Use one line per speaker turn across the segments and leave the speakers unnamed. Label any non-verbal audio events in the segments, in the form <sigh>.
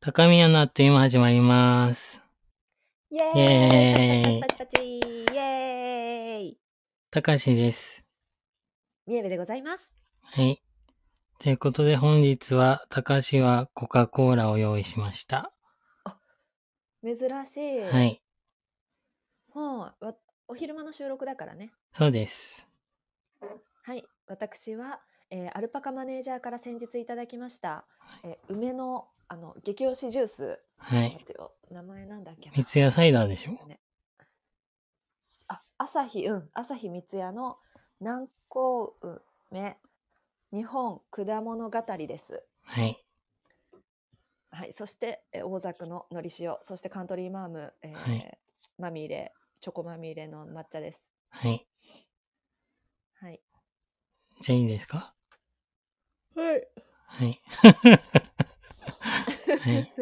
高宮のあっという間始まります。
イェ
イエ
ー
ーイ
イパチパチパチパチパチイエーイ
たかしです。
みえべでございます。
はい。ということで本日は、たかしはコカ・コーラを用意しました。
珍しい。
は。い。
はいわお昼間の収録だからね。
そうです。
はい。私は、えーアルパカマネージャーから先日いただきました、えー梅の、あの、激推しジュース。
はい。
ちょっと待ってよ名前なんだっけな
三ツ矢サイダーでしょ
あ、朝日、うん、朝日三ツ矢の南高梅日本果物語です。
はい。
はい、そして、えー大ザクののり塩、そしてカントリーマーム、えー
はい
まみれ、チョコまみれの抹茶です。
はい。
はい。
じゃあいいですか
はい。
はい。 <laughs> はい。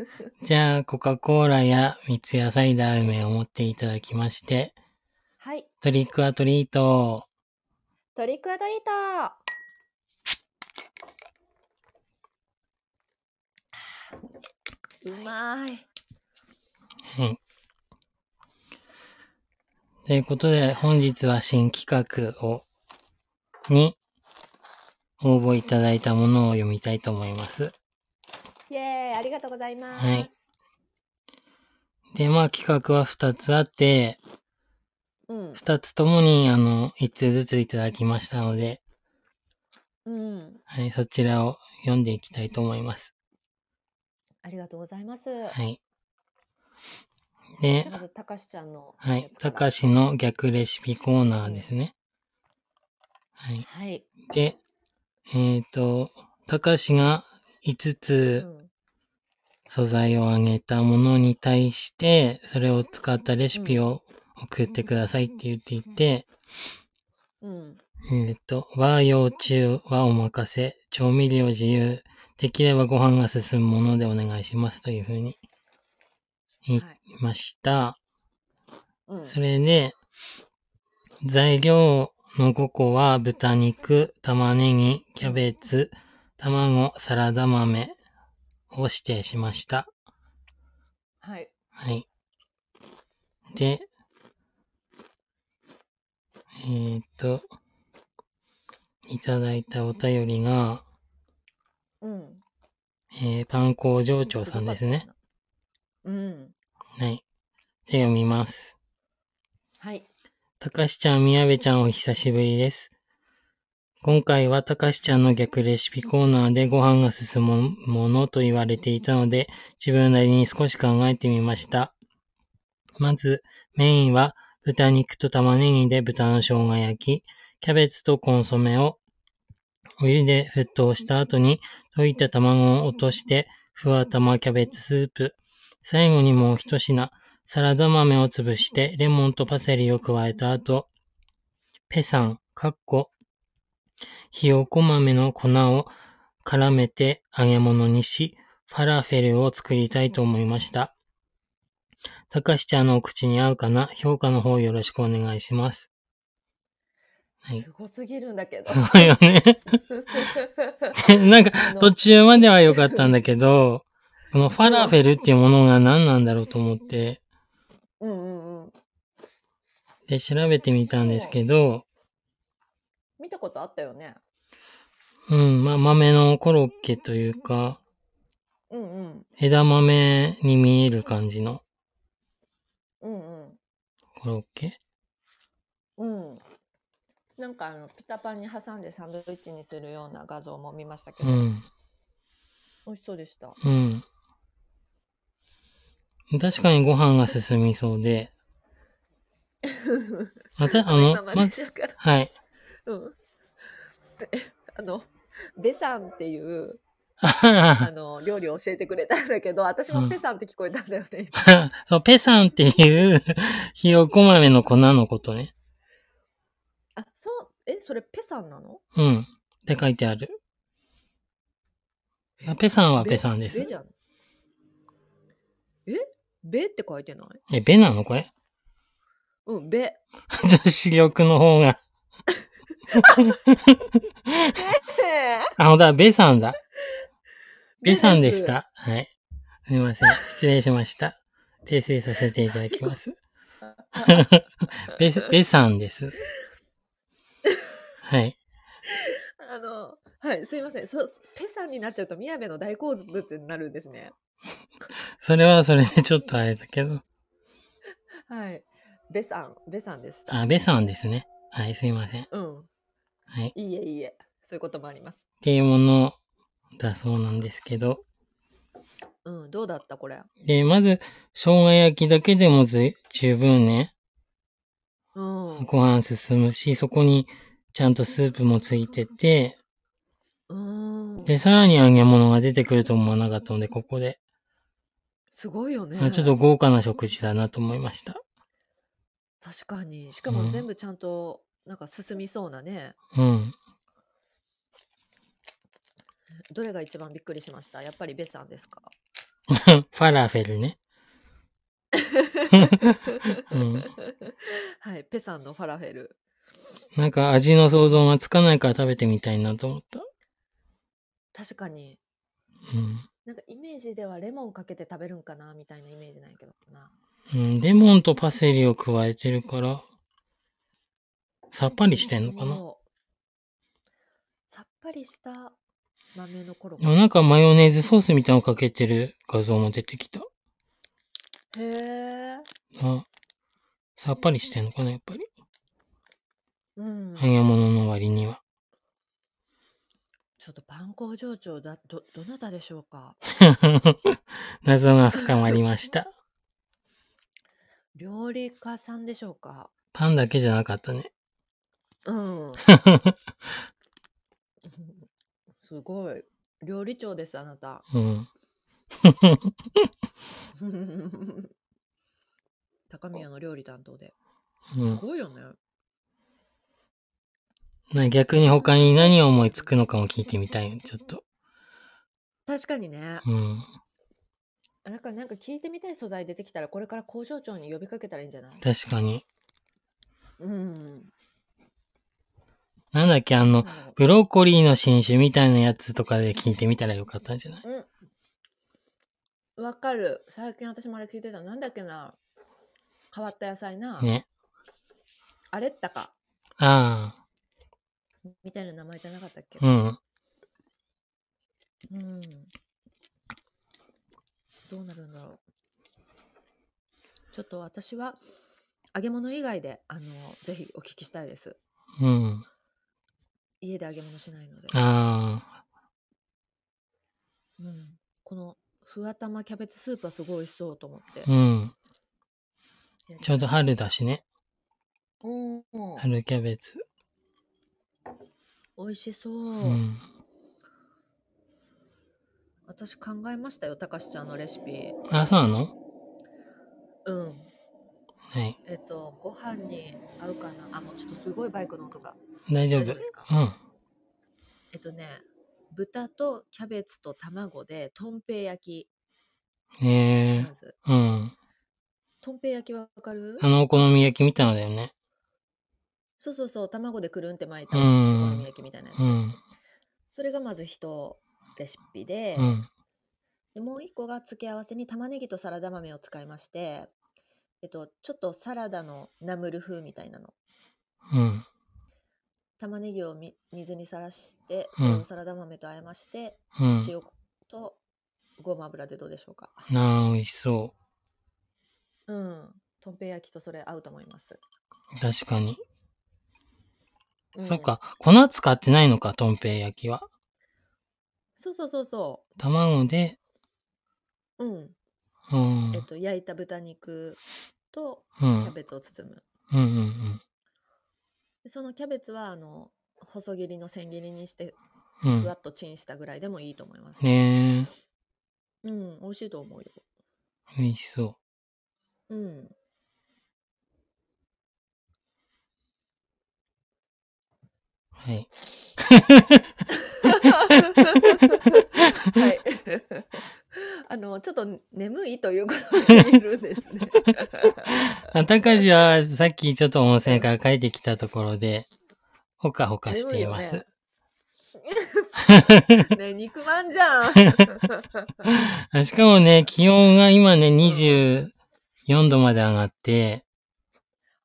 じゃあ、コカ・コーラや三ツ矢サイダー梅を持っていただきまして、
はい。
トリックアトリート
トリックアトリート <sighs> あーうまい。
はい。ということで、本日は新企画を、に、応募いただいたものを読みたいと思います。
イエーイありがとうございます。
はいで、まあ企画は2つあって、
うん。
2つともに、あの、1通ずついただきましたので、
うん。
はい、そちらを読んでいきたいと思います。
ありがとうございます。
はい。で
ま、ず、たかしちゃんの
は
や
い
つ、
た
から。
かしの逆レシピコーナーですね。はい。
はい。
で、えっ、と、たかしが5
う
つ
ん。
素材をあげたものに対して、それを使ったレシピを送ってくださいって言っていて、
うん。
えっ、と、和洋中和お任せ、調味料自由、できればご飯が進むものでお願いしますというふうに言い
はい
ました。
うん。
それで、材料の5個は豚肉、玉ねぎ、キャベツ、卵、サラダ豆を指定しました。
はい。
はい。で、えーっと、いただいたお便りが、
うん。
えーパン工場長さんですね。
ごかったな。うん。
はい。じゃあ読みます。
はい。
たかしちゃん、みやべちゃんお久しぶりです。今回はたかしちゃんの逆レシピコーナーでご飯が進むものと言われていたので、自分なりに少し考えてみました。まず、メインは豚肉と玉ねぎで豚の生姜焼き、キャベツとコンソメをお湯で沸騰した後に溶いた卵を落として、ふわ玉キャベツスープ、最後にもう一品、サラダ豆を潰してレモンとパセリを加えた後、ペサン、かっこ、ひよこ豆の粉を絡めて揚げ物にし、ファラフェルを作りたいと思いました。たかしちゃんのお口に合うかな評価の方よろしくお願いします。はい
すごすぎるんだけど
<laughs> す。ごいよね。なんか
<laughs> あの
途中までは良かったんだけど、このファラフェルっていうものが何なんだろうと思って、
うんうんうん。
で、調べてみたんですけど、
見たことあったよね。
うん、まあ、豆のコロッケというか、
うんうん。
枝豆に見える感じの
うん
コロッケ
うん。うん。なんかあの、ピタパンに挟んでサンドイッチにするような画像も見ましたけ
う
ど、
ん、
美味しそうでした。
うん。確かにご飯が進みそうで、また、あの
今、マネ
ま
ー、ジャーから、
はい。
うん。あの、ベサンって
<laughs>
いう、
あは
あ
は
の、料理を教えてくれたんだけど、私もペサンって聞こえたんだよね。
<laughs> そう、ペサンっていうひよこ豆の粉のことね。
あ、そう、え、それペサンなの
うん。って書いてある。あペサンはペサンで
べ
す。
じゃん。えべって書いてない
え、ベなのこれ <laughs>
うん、べ。
女子力の方が。あ、ほんとだ、ベサンだ。ベさんでし。た。はい。すみません。失礼しました。訂正させていただきます。 <laughs> べ、べさんです。はい。
あの、はい、すいません。そ、ペさんになっちゃうと、宮部の大好物になるんですね。
それはそれでちょっとあれだけど。
はい。ベさん、ベさんでした。
あ、べさんですね。はい、すいません。
うん。
はい。
いいえ、いいえ。そういうこともあります。
っていうものだそうなんですけど。
うん、どうだったこれ。
で、まず、生姜焼きだけでもず十分ね、
うん。
ご飯進むし、そこにちゃんとスープもついてて、
うん。
で、さらに揚げ物が出てくると思わなかったので、ここで。
すごいよね
あ。ちょっと豪華な食事だなと思いました。
確かに。しか
う
も
ん
全部ちゃんと、なんか進みそうなね。
うん。 <laughs>
どれが一番びっくりしましたやっぱりベさんですか <laughs>
ファラフェルね。うん
はい、ペさんのファラフェル。
なんか味の想像がつかないから食べてみたいなと思った。
確かに。
うん。
なんかイメージではレモンかけて食べるんかなみたいなイメージなんやけどな。
うん、レモンとパセリを加えてるから、さっぱりしてんのかな
そうさっぱりした豆のコロッ
でもなんかマヨネーズソースみたいなのかけてる画像も出てきた。
ケ。へえ。
あ、さっぱりしてんのかなやっぱり。
うん。
揚げ物の割には。 <laughs>
ちょっとパン工場長だ、ど、どなたでしょうか
謎が深まりました。
料理家さんでしょうか
パンだけじゃなかったね。
うん。 <laughs> すごい。料理長です、あなた。 <laughs>
うん。
高宮の料理担当で。
う
す
ん
ごいよね。
な逆に他に何を思いつくのかも聞いてみたいよちょっと。
確かにね。
うん。
なんかなんか聞いてみたい素材出てきたら、これから工場長に呼びかけたらいいんじゃない
確かに。
うん。
なんだっけ、あ
な
の
ん、だろ
ブロッコリーの新種みたいなやつとかで聞いてみたらよかったんじゃないう
うん。わかる。最近私もあれ聞いてた。なんだっけな。変わった野菜な。
ね。
あれったか。
あ
みたいな名前じゃなかったっけ
あ、うん。
うん。どうなるんだろう。ちょっと私は揚げ物以外であのぜひお聞きしたいです。
うん。
家で揚げ物しないので。
ああ、
うん、このふわたまキャベツスープはすごい美味しそうと思って。
うん。ちょうど春だしね。
うん、
春キャベツ。
美味しそう。
うん。
私考えましたよ、たかしちゃんのレシピ。
あ、そうなの
うん。
はい。
えっと、ご飯に合うかな。あ、もうちょっとすごいバイクの音が。
大丈夫。
大丈夫ですか
うん。
えっとね、豚とキャベツと卵でとんぺい焼き。
へえ
ま。ず、
うん。
とんぺい焼きはわかる
あの、お好み焼きみたいのだよね。
そうそうそう、卵でくるんって巻いた
う
お好み
ん。
焼きみたいなやつ。
うん。
それがまず一レシピで、
うん。
でもう一個が付け合わせに玉ねぎとサラダ豆を使いまして、えっと、ちょっとサラダのナムル風みたいなの
うん。
玉ねぎをみ水にさらして
う
そ
ん
れをサラダ豆と和えまして、
うん。
塩とごま油でどうでしょうか
なあ、美味しそ
うんとんぺい焼きとそれ合うと思います、
う。確かに。
ん
そっか。粉使ってないのか、とんぺい焼きは。
そうそうそうそ
卵で、
ううん
うん。
えっと焼いた豚肉と
う
キ
ん。
ャベツを包む、
うんうんうん。
でそのキャベツはあの細切りの千切りにして
う
ふわ
ん。
っとチンしたぐらいでもいいと思います、
ねえ、
うん美味しいと思うよ
美味しそ
うん。
う。
<laughs>
はい。
はい。あの、ちょっと眠いということでいるんですね。
あたかしはさっきちょっと温泉から帰ってきたところで、ほかほかしています。
眠いよねね、肉まんじゃん。
あ <laughs> しかもね、気温が今ね、24度まで上がって、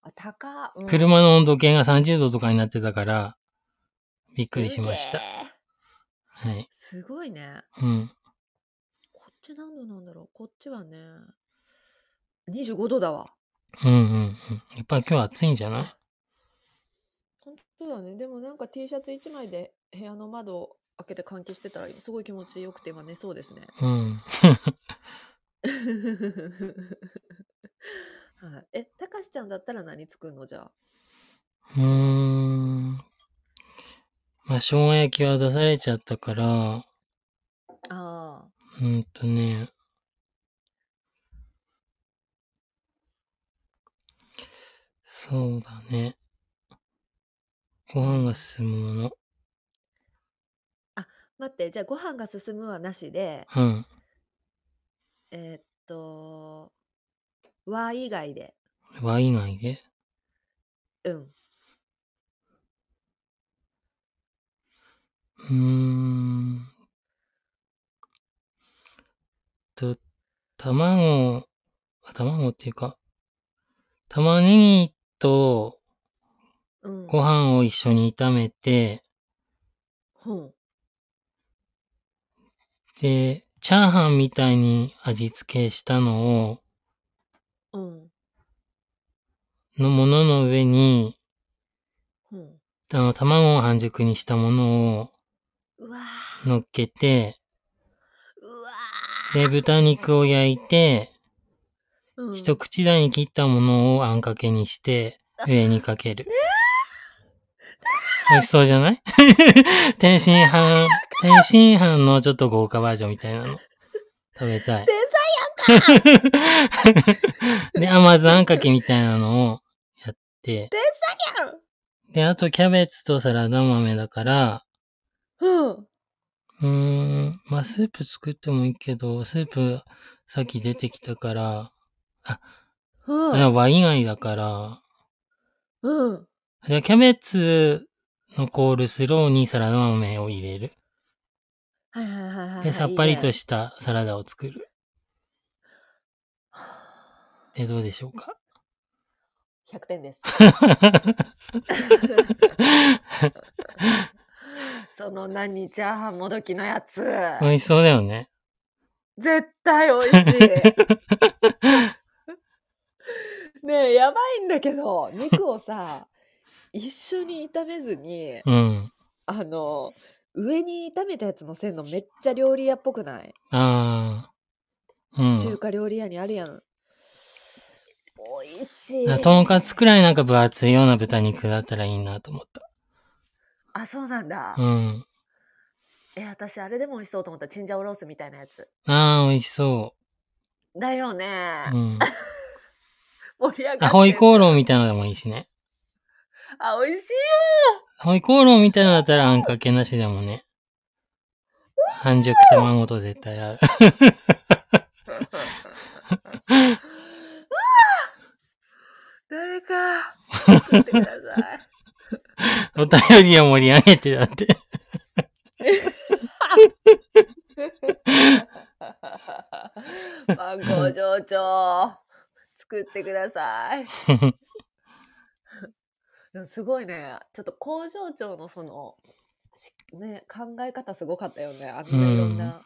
あ高、うん
車の温度計が30度とかになってたから、びっくりしました
う。げー
はい。
すごいね。
うん。
こっち何度なんだろうこっちはね、25度だわ。
うんうんうん。やっぱり今日暑いんじゃない
本当だね。でもなんか T シャツ1枚で部屋の窓を開けて換気してたら、すごい気持ちよくて今寝そうですね。
うん。
<laughs> はい、え、たかしちゃんだったら何作るのじゃあ。
うーん。まあ、生姜焼きは出されちゃったから、
あ
うんとね。そうだね。ご飯が進むもの。
あ。待って、じゃあご飯が進むはなしで、
うん。
えーっと、和以外で。
和以外で。
うん。
うーん。と、卵、あ卵っていうか、玉ねぎと
うん。
ご飯を一緒に炒めて、
ほん。
で、チャーハンみたいに味付けしたのを、
うん。
のものの上に、
ほん。
あの、卵を半熟にしたものを
うわー
乗っけて、
うわ
で、豚肉を焼いて、
ー、うん、
一口大に切ったものをあんかけにして、上にかける。美味しそうじゃない <laughs> 天津飯、天津飯のちょっと豪華バージョンみたいなの。食べたい。 <laughs> で、甘酢あんかけみたいなのをやって、
才やん
で、あとキャベツとサラダ豆だから、
うん。
うーん、まあ、スープ作ってもいいけど、スープ、さっき出てきたから、
う
それは
ん。
和以外だから、
うん。
じゃあキャベツのコールスローにサラダ豆を入れる。
はいはいはいはいはい。
で、さっぱりと
し
したサラダを作る。で、どうでしょう
<laughs>
か。
100点
<laughs>
です。その何、チャーハンもどきのやつ。
美味しそうだよね。
絶対美味しい。 <laughs> ねえ、やばいんだけど、肉をさ、一緒に炒めずに、
うん。
あの、上に炒めたやつのせんのめっちゃ料理屋っぽくない、
ああ。うん。
中華料理屋にあるやん。美味し
あ
い。
とんかつくらいなんか分厚いような豚肉だったらいいなと思っ
あ、そうなんだ。
た。うん。
え、私、あれでも美味しそうと思った。チンジャオロースみたいなやつ。
ああ、美味しそ
だよね。
う。うん。
盛り上がって
あ、
る
ホイコーローみたいなのでもいいしね。
あ、美味しい。
ホイコーローみたいなのだったらあんかけなしでもね。半熟卵と絶対合う。
誰か、作ってください。
<laughs> お便りを盛り上げてだって。
<laughs> マンゴー上長作ってください。でもすごいね。ちょっと工場長のその、しね、考え方すごかったよね。あん
う
なんいろんな、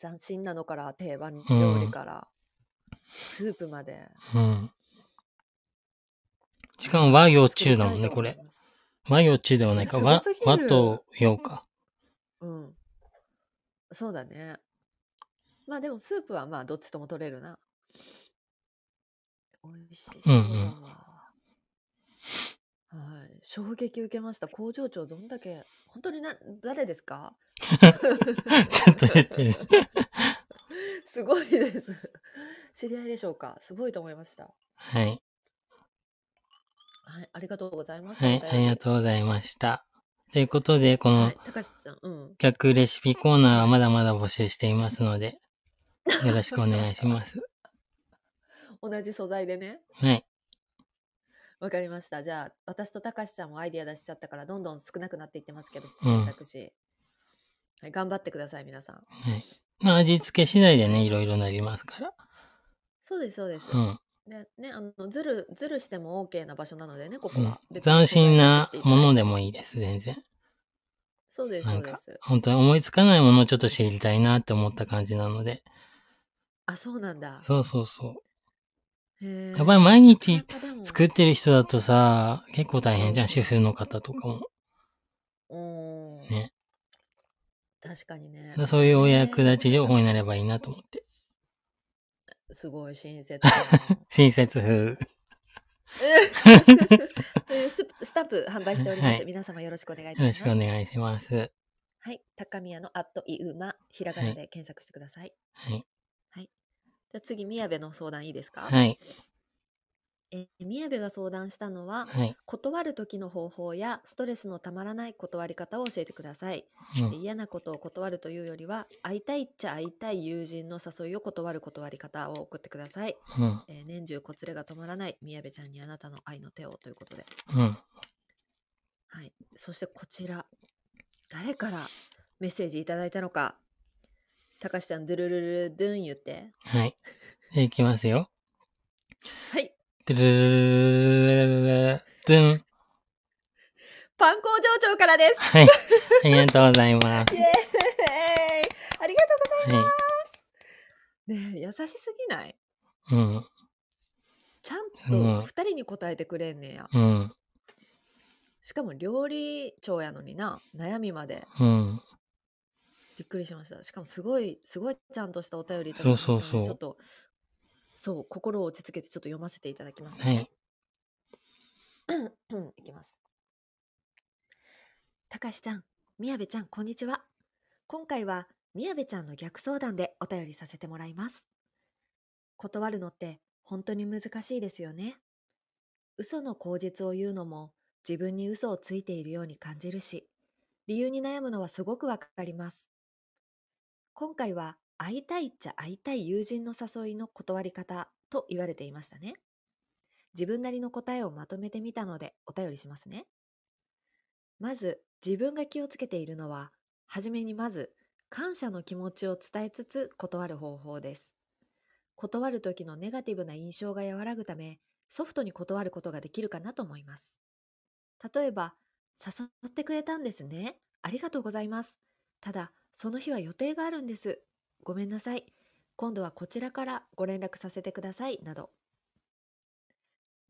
斬新なのから定番料理から、スープまで。
うん。しかも和洋中だもんね、
作
こ
りた
れ
いと思い。ます。
和洋中ではないか。
すご
和
すぎる
和と洋か。
<laughs> うん。そうだね。まあでもスープはまあどっちとも取れるな。美味しそうだわ。
うんうん
はい、衝撃受けました。工場長どんだけ、本当にな、誰ですか <laughs>
ずっと言ってる。
すごいです。 <laughs> 知り合いでしょうかすごいと思いました。
はい。
はい、ありがとうございました。
はい、ありがとうございました。ということで、こ
う
の
はい、たかしちゃん、うん。
逆レシピコーナーはまだまだ募集していますので、よ <laughs> ろしくお願いします。
同じ素材でね。
はい。
わかりました。じゃあ、私とたかしちゃんもアイディア出しちゃったから、どんどん少なくなっていってますけど、
うん
選択肢。はい、頑張ってください、皆さん。
はい。まあ味付け次第でね、いろいろなりますから。
そうです、そうです。
うん。
でね、あの、ずる、ずるしても OK な場所なのでね、ここ
う
は
ん。、
別に
斬新なもの
素材
で
を持ってきていただいて
もいいです、全然。
そうです、
な
そ
ん
うで
か
す。、
本当に思いつかないものをちょっと知りたいなって思った感じなので。
あ、そうなんだ。
そうそうそ
へ
う。
ー
やっぱり毎日
なかなかでも
作ってる人だとさ、結構大変じゃん、主婦の方とかも。
うーん。
ね
確かにね
だ。そういうお役立ち情報になればいいなと思って。
すごい親切だ
<laughs>
な <laughs>
親切風。
というススタンプ販売しております。皆様よろしくお願いいた
よろ
し
し
ま
く
す。
お願いします。
はい、高宮のアットイウマひらがなで検索してください。
はい。
じゃあ次宮部の相談いいですか。
はい。
えー宮部が相談したのは
はい。
断る時の方法やストレスのたまらない断り方を教えてください。
う
で
ん。
嫌なことを断るというよりは会いたいっちゃ会いたい友人の誘いを断る断り方を送ってください。
うん。
えー年中こつれが止まらない宮部ちゃんにあなたの愛の手をということで。
うん。
はい、そしてこちら誰からメッセージいただいたのかたかしちゃんドゥルルルルドゥン言って
はい。じゃあいきますよ。
はい
ドゥルルルルルルドゥン。
パン工場長からです
はい。ありがとうございます。
イエーイありがとう
は
ございますねえ優しすぎない
い。うん。
ちゃん
すご
と
い
2人に答えてくれんねや
うん。
しかも料理長やのにな悩みまで
うん。
びっくりしましたしかもすごいすごいちゃんとしたお便りいただきましたので
そうそうそう
ちょっとそう心を落ち着けてちょっと読ませていただきますね、
はい。
うん、いきます。たかしちゃん、みやべちゃん、こんにちは。今回は、みやべちゃんの逆相談でお便りさせてもらいます。断るのって本当に難しいですよね。嘘の口実を言うのも、自分に嘘をついているように感じるし、理由に悩むのはすごくわかります。今回は、会いたいっちゃ会いたい友人の誘いの断り方と言われていましたね。自分なりの答えをまとめてみたのでお便りしますね。まず自分が気をつけているのは、はじめにまず感謝の気持ちを伝えつつ断る方法です。断る時のネガティブな印象が和らぐため、ソフトに断ることができるかなと思います。例えば、誘ってくれたんですね。ありがとうございます。ただ、その日は予定があるんです。ごめんなさい。今度はこちらからご連絡させてください。など。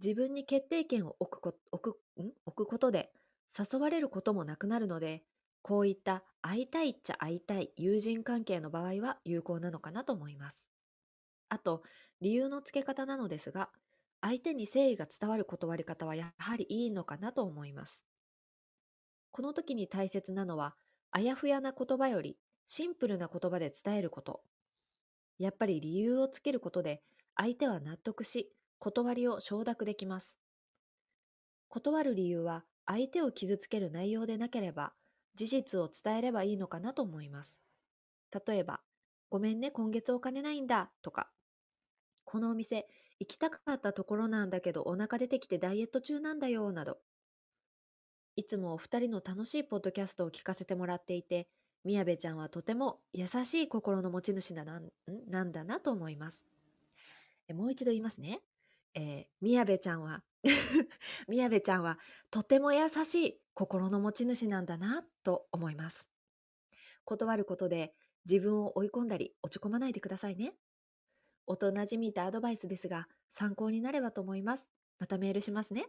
自分に決定権を置くこ置くん置くことで誘われることもなくなるのでこういった会いたいっちゃ会いたい友人関係の場合は有効なのかなと思います。あと理由の付け方なのですが相手に誠意が伝わる断り方はやはりいいのかなと思います。この時に大切なのはあやふやな言葉よりシンプルな言葉で伝えること。やっぱり理由をつけることで相手は納得し断りを承諾できます。断る理由は相手を傷つける内容でなければ事実を伝えればいいのかなと思います。例えば、ごめんね、今月お金ないんだとか、このお店行きたかったところなんだけどお腹出てきてダイエット中なんだよなど。いつもお二人の楽しいポッドキャストを聞かせてもらっていて、宮部ちゃんはとても優しい心の持ち主だなんんなんだなと思います。えもう一度言いますね。えー、宮部ちゃんは <laughs> 宮部ちゃんはとても優しい心の持ち主なんだなと思います断ることで自分を追い込んだり落ち込まないでくださいね大人じみたアドバイスですが参考になればと思いますまたメールしますね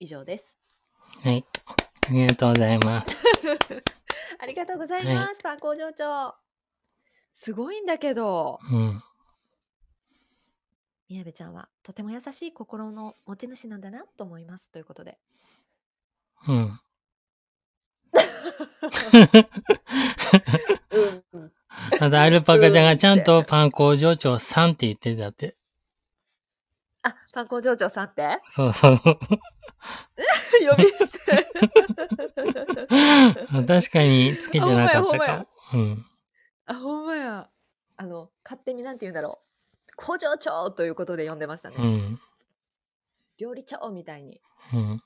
以上です
はい。ありがとうございます。
ありがとうございます、パン工場長すごいんだけど
うん。
宮部ちゃんはとても優しい心の持ち主なんだなと思いますということで
うん。
うん
またアルパカちゃんがちゃんとパン工場長さんって言ってたって。
あ、パン工場長さんって
そうそうそう。
呼び捨て。
確かにつけてなかったかも。うん。
<laughs> あ、ほんまや。あの、勝手になんて言うんだろう。工場長ということで呼んでましたね。
うん。
料理長みたいに。
うん。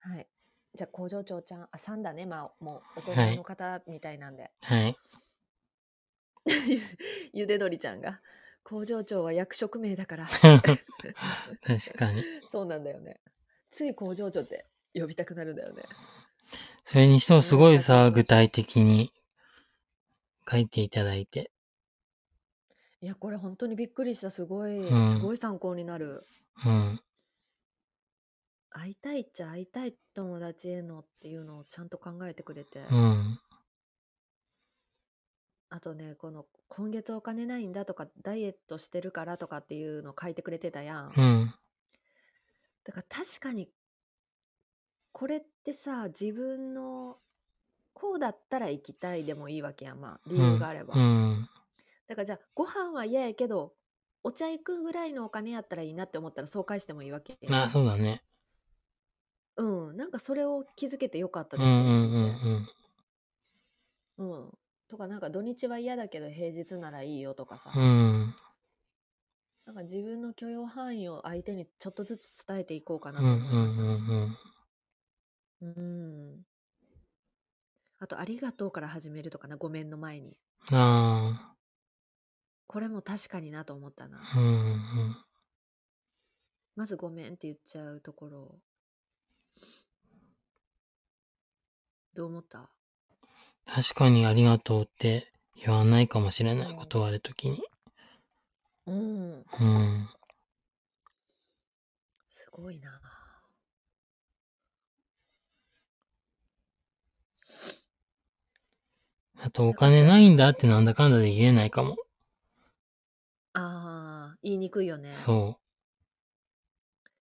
はい。じゃあ、工場長ちゃん、あ、さんだね。まあ、もう、大
は
人
い
の方みたいなんで。
はい。 <laughs>
ゆで鶏ちゃんが。工場長は役職名だから。
確かに。
そうなんだよね。つい工場長って呼びたくなるんだよね。
それにしてもすごいさ、具体的に書いていただいて。
いや、これ本当にびっくりした。すごい、
うん
すごい参考になる。
うん。
会いたいっちゃ会いたい友達へのっていうのをちゃんと考えてくれて。
うん。
あとね、この今月お金ないんだとか、ダイエットしてるからとかっていうの書いてくれてたやん。
うん。
だから確かに、これってさ、自分の、こうだったら行きたいでもいいわけやん。まあ、理由があれば。
うん。
だからじゃあ、ご飯は嫌やけど、お茶行くぐらいのお金やったらいいなって思ったら、そう返してもいいわけやん。
あ、そうだね。
うん。なんかそれを気づけてよかった
うん
で
う
す
ん
ね、
う
聞いて。
ん
うん。とか、なんか土日は嫌だけど、平日ならいいよとかさ。
うん。うん。
なんか自分の許容範囲を相手にちょっとずつ伝えていこうかな
う
と
んう
思
ん
いまし
う
たね。
ん
うん。あと、ありがとうから始めるとかな、ごめんの前に。
うん。あ
これも確かになと思ったな。
あ。うんうん。
まずごめんって言っちゃうところ。どう思った
確かにありがとうって言わないかもしれない、断るときに。
うん。
うん。
すごいな。
あと、お金ないんだってなんだかんだで言えないかも。
ああ、言いにくいよね。
そ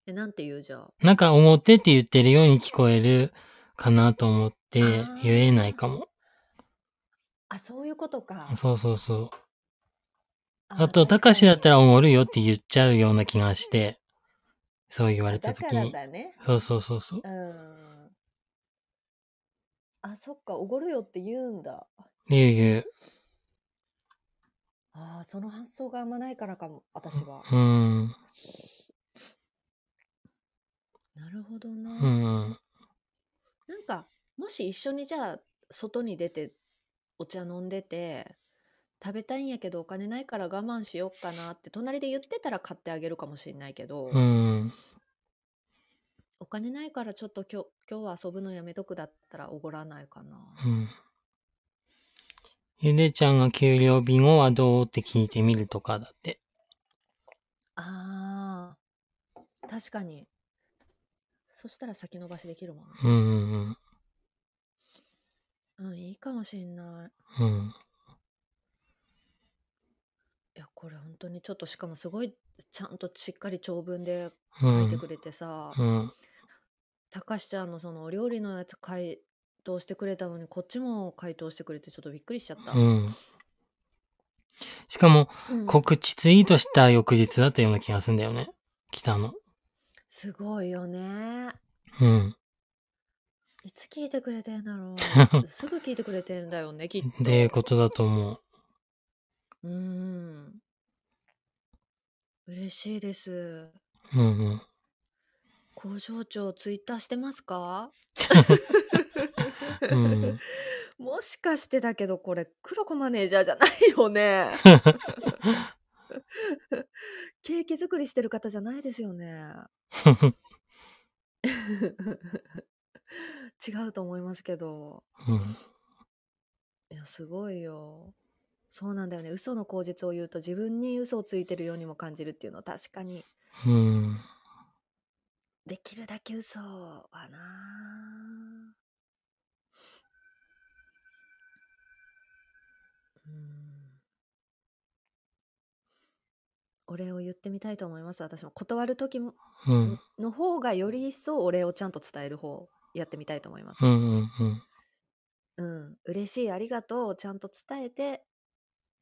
え、なんて言うじゃあ。
う。なんか、表って言ってるように聞こえるかなと思って
あー
言えないかも。
あ、そういうことか。
そうそうそう。
あ
あと、たかしだった
ら
らおごるよって言っちゃうような気がして、そう言われた
だ
とき
から
に。
だね。
そうそうそうそう。
うん。あ、そっか、おごるよって言うんだ。
ゆうゆ
ああ、その発想があんまないからかも、私は。
う。うん。
なるほどな。
うん。
なんか、もし一緒にじゃあ、外に出て、お茶飲んでて、食べたいんやけどお金ないから我慢しよっかなって、隣で言ってたら買ってあげるかもしれないけど、
うん。
お金ないからちょっと今日、今日は遊ぶのやめとくだったらおごらないかな。
うん。ゆでちゃんが給料日後はどうって聞いてみるとかだって。
ああ、確かに。そしたら先延ばしできるもんね。
うんうん
うん、いいかもしんない。
うん。うん。
いや、これ本当にちょっとしかもすごいちゃんとしっかり長文で
う
書いて
ん
く。れてさ、
うん。
たかしちゃんのそのお料理のやつ回答してくれたのにこっちも回答してくれてちょっとびっくりしちゃった。
うん。しかも、
うん
告知ツイートした翌日だったような気がするんだよね。来たの。
すごいよね。
うん。
いつ聞いてくれてんだろ
<laughs>
う。すすぐ聞いてくれてんだよね、きっと。
っていうことだと思う。
うーん。嬉しいです。
うんうん。
工場長ツイッターしてますか、 <laughs>
うん、
もしかしてだけどこれ黒子マネージャーじゃないよねケーキ作りしてる方じゃないですよね違うと思いますけど
うん。
いやすごいよそうなんだよね嘘の口実を言うと自分に嘘をついてるようにも感じるっていうのは確かに
うん。
できるだけ嘘はなうんお礼を言ってみたいと思います私も断る時も
うん。
の方がより一層お礼をちゃんと伝える方やってみたいと思います
うん。うん。うん。
うん、嬉しい、ありがとうをちゃんと伝えて、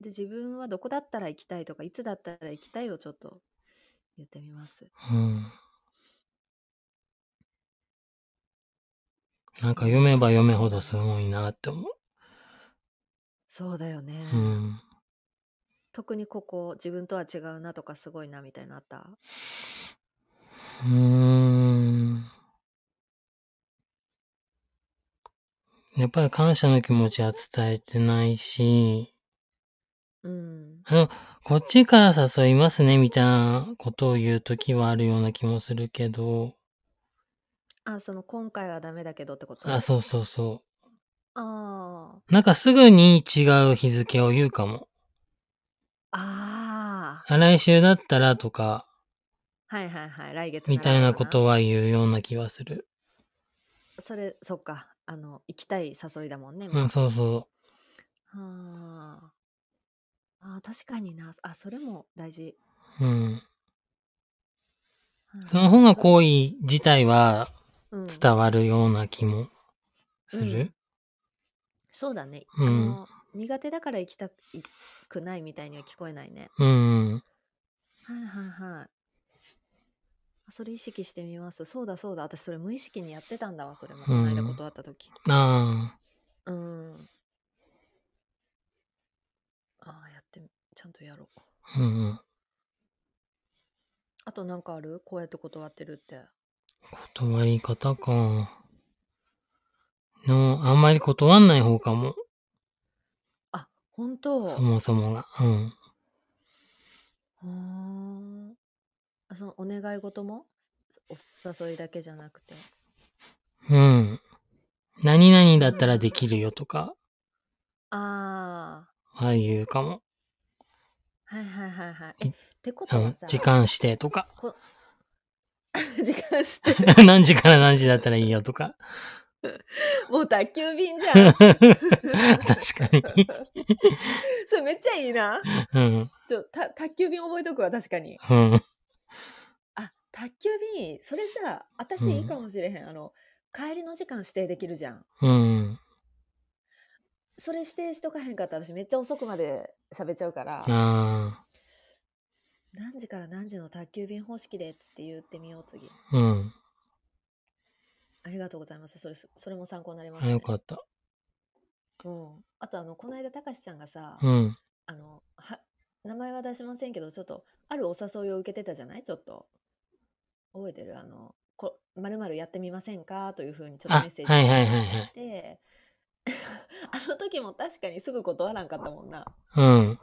で、自分はどこだったら行きたいとか、いつだったら行きたいをちょっと言ってみます。
うん。なんか読めば読めほどすごいなって思
そうだよね。
う。うん。
特にここ、自分とは違うなとか、すごいなみたいなのあった
うーん。やっぱり感謝の気持ちは伝えてないし、
うん。
こっちから誘いますね、みたいなことを言うときはあるような気もするけど、
あ、その今回はダメだけどってこと
あ、そうそうそ
あ
う。なんかすぐに違う日付を言うかも。
あ。ああ。
あ来週だったらとか、
はいはいはい。来月
みたいなこ
を
とは言うような気はする。
それ、そっか。あの、行きたい誘いだもんね。
うん、そうそ
ああー。確かにな。あ、それも大事。
う。うん。
うん
その方が行為自体は
うん
伝わるような気もす
うん
る。
そうだね。
うん
あの苦手だから行きたくないみたいには聞こえないね。
うん。うん
はいはいはい。あそれ意識してみます。そうだそうだ。私それ無意識にやってたんだわ。それも。この間
うん
断った時。
あ
うん。ああ、やってみ、ちゃんとやろう。
あ、うんうん。
あとなんかあるこうやって断ってるって。
断り方か。の、あんまり断んない方かも。
あ、本当
そもそもが。うん。
うーん。あそのお願い事もお誘いだけじゃなくて。
うん。何々だったらできるよとか、
ああ。
は言うかも。
はいはいはいはい。え
い
ってこ
う
とは
ん
さ、
時間してとか。 <laughs>
こ <laughs> 時間して、
何時から何時だったらいいよとか。
もう宅急便じゃん。
確かに。
<laughs> それめっちゃいいな。
うん。
ちょ、た宅急便覚えとくわ、確かに。
うん。
あ、宅急便、それさ、私いいかもしれへん。あの、帰りの時間指定できるじゃん。
うん。
それ指定しとかへんかったら私めっちゃ遅くまで喋っちゃうから、
あ
何時から何時の宅急便方式でっつって言ってみよう、次。
あ。うん。
ありがとうございます。それ、それも参考になります、
あ、
ね。
よかった。
うん。あとあの、この間、たかしちゃんがさ、
うん。
あのは名前は出しませんけどちょっとあるお誘いを受けてたじゃないちょっと覚えてるあの「こまるまるやってみませんか?」というふうにちょっと
あ
メッ、セージ
はいはいはい
い
はい。
で <laughs> あの時も確かにすぐ断らんかったもんな
うん。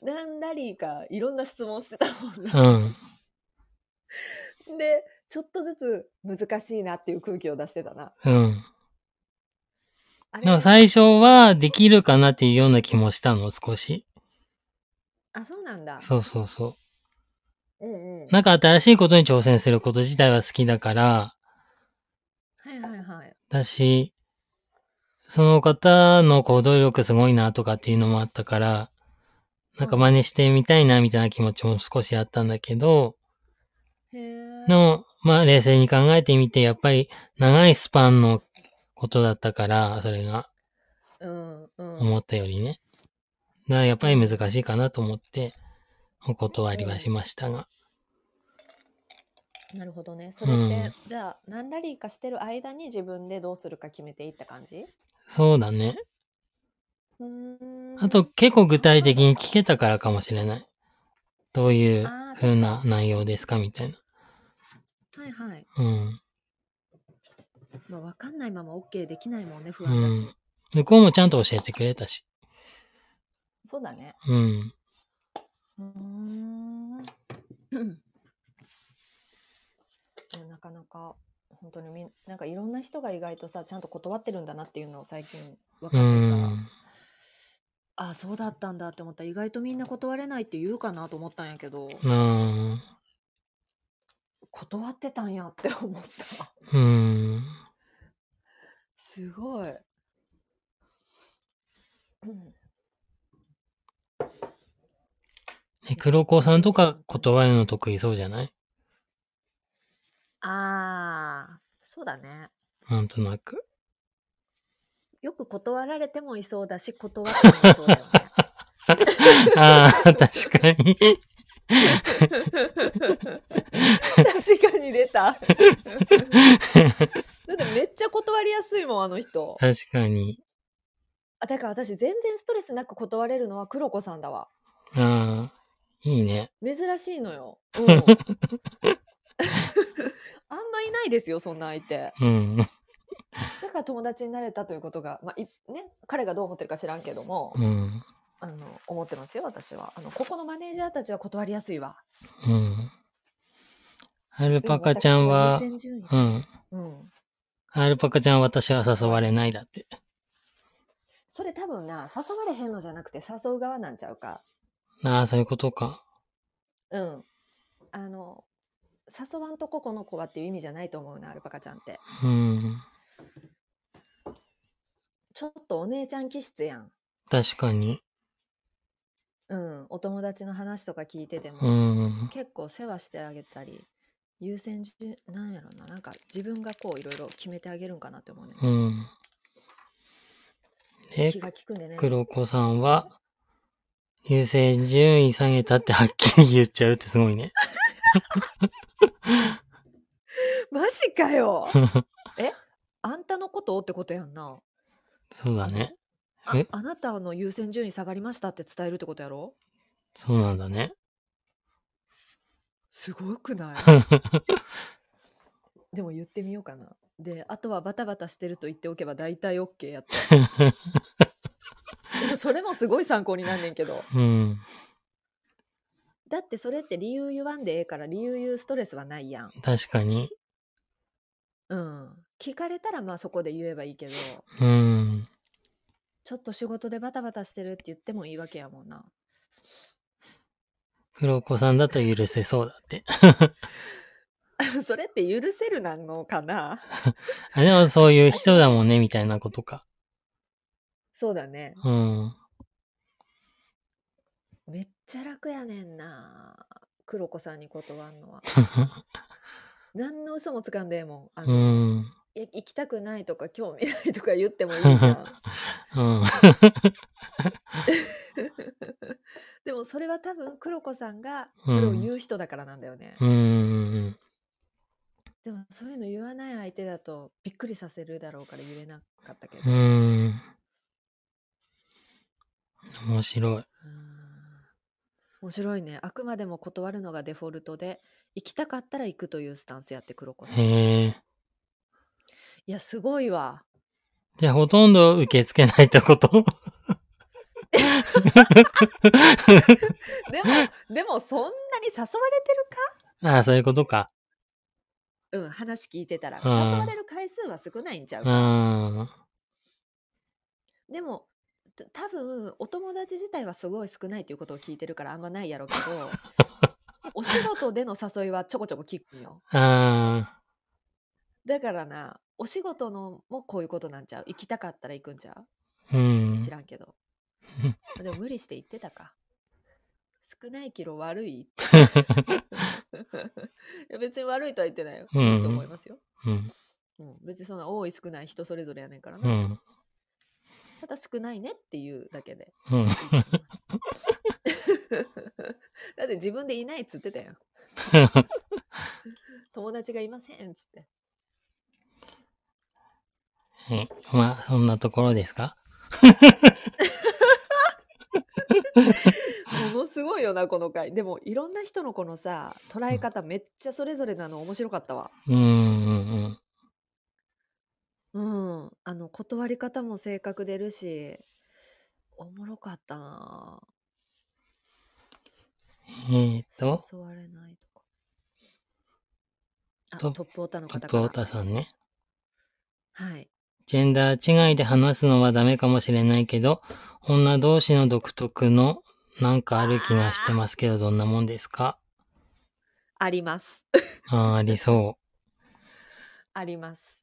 何ラリーかいろんな質問してたもん
う
な、
ん。
でちょっとずつ難しいなっていう空気を出してたな
うん。
あれ
でも最初はできるかなっていうような気もしたの、少し。
あそうなんだ
そうそうそう
うんうん
う。なんか新しいことに挑戦すること自体は好きだから、
はいはいはい
だし、その方の行動力すごいなとかっていうのもあったから、なんか真似してみたいなみたいな気持ちも少しあったんだけど、
へえ
でも、まあ冷静に考えてみて、やっぱり長いスパンのことだったから、それが
うんうん
思ったよりね。だからやっぱり難しいかなと思って、お断りはしましたが。
なるほどね。それって、
うん
じゃあ何ラリーかしてる間に自分でどうするか決めていった感じ
そうだね。
うーん
あと結構具体的に聞けたからかもしれない。どういう
あーそっか
風な内容ですかみたいな。
はいはい。
うん。
まあ、分かんないまま OK できないもんね不
う
安だ
ん。
し、
向こうもちゃんと教えてくれたし。
そうだね。
うん。
うーんいやなかなか本当にみんなんかいろんな人が意外とさちゃんと断ってるんだなっていうのを最近
う
分かってさ、
ん。
ああそうだったんだって思った意外とみんな断れないって言うかなと思ったんやけど、
うん。
断ってたんやって思った。
うん。
すごい。うん、
え、黒子さんとか断るの得意そうじゃない
ああ、そうだね。
なんとなく。 <laughs>
よく断られてもいそうだし、断ってもいそうだよ
ああ、確かに。
ね。確かに出 <laughs> た。だってめっちゃ断りやすいもん、あの人。
確かに。
あだから私全然ストレスなく断れるのは黒子さんだわ。
ああ、いいね。
<laughs> 珍しいのよ。うん、あんまいないですよ、そんな相手。
うん。
だから友達になれたということが、まあいね、彼がどう思ってるか知らんけども、
うん。
あの思ってますよ、私はあの。ここのマネージャーたちは断りやすいわ。
うん。アルパカちゃんは
で、も私優先順位です
うん。
うん。
アルパカちゃんは私は誘われないだって。
それ多分な、誘われへんのじゃなくて誘う側なんちゃうか。
ああ、そういうことか。
うん。あの、誘わんとここの子はっていう意味じゃないと思うな、アルパカちゃんって。
うん。
ちょっとお姉ちゃん気質やん。
確かに。
うん。お友達の話とか聞いてても、
うん。
結構世話してあげたり、優先順位、なんやろな、なんか自分がこういろいろ決めてあげるんかなって思うね。
うん。で
気、が利くんでね。
黒子さんは、優先順位下げたってはっきり言っちゃうってすごいね。
<laughs>
<laughs>
マジかよえあんたのことをってことやんな。
そうだね。
あ
え
あなたの優先順位下がりましたって伝えるってことやろ
そうなんだね。 <laughs>
すごくないでも言ってみようかな。で、あとはバタバタしてると言っておけば大体 OK やって。 <laughs> でもそれもすごい参考になんねんけど。
うん。
だってそれって理由言わんでええから理由言うストレスはないやん。
確かに。
うん。聞かれたらまあそこで言えばいいけど、
うん。
ちょっと仕事でバタバタしてるって言ってもいいわけやもんな。 <laughs>
黒子さんだと許せそうだって。
それって許せるなのかな
あ、でもそういう人だもんね、みたいなことか。
そうだね。
うん。 <laughs>
めっちゃ楽やねんな。黒子さんに断んのは。何の嘘もつかんでええもん。あ
う
の、
ん。
いや行きたくないとか興味ないとか言ってもいいな。
うん。
<laughs> でもそれは多分黒子さ
<laughs>
んがそれを言う人だからなんだよね。
うん。
でもそういうの言わない相手だとびっくりさせるだろうから言えなかったけど。
うん。面白い。
うん面白いね。あくまでも断るのがデフォルトで、行きたかったら行くというスタンスやって黒子さん。い
へえ。
や、すごいわ。
じゃあ、ほとんど受け付けないってこと <laughs>
でも、でもそんなに誘われてるか
ああ、そういうことか。
うん、話聞いてたら。
う
誘
ん
われる回数は少ないんちゃう
う
か。
ん。
でも、た多分、お友達自体はすごい少ないということを聞いてるからあんまないやろうけ
<laughs>
ど、お仕事での誘いはちょこちょこ聞くんよ。
あ
だからな、お仕事のもこういうことなんちゃう行きたかったら行くんちゃ
あ。う
うん知。らんけ
<laughs>
ど。でも無理して行ってたか。少ないキロ悪 <laughs> いい
<laughs>
や別に悪いとは言ってないよ。
うん
いいと思いますよ。
うん。
うん、別にそんな多い少ない人それぞれやねんから
う
な、
ん。
ただ少ないねっていうだけで
うん。 <laughs>
いいと思いますだって自分でいないっつってたよ友達がいませんっつって
はいまあ、そんなところですか
ものすごいよなこの回でもいろんな人のこのさ捉え方めっちゃそれぞれなの面白かったわ
うん。うん。
うんあの断り方も性格出るしおもろかったな
うんえーっと、
誘われないとかあ
ト
ト
ッ
ップオタの
ト
方
ップオ
か
タ
ら
さんね。
はい
ジェンダー違いで話すのはダメかもしれないけど、女同士の独特のなんかある気がしてますけど、どんなもんですか
あります
あーありそ
あります。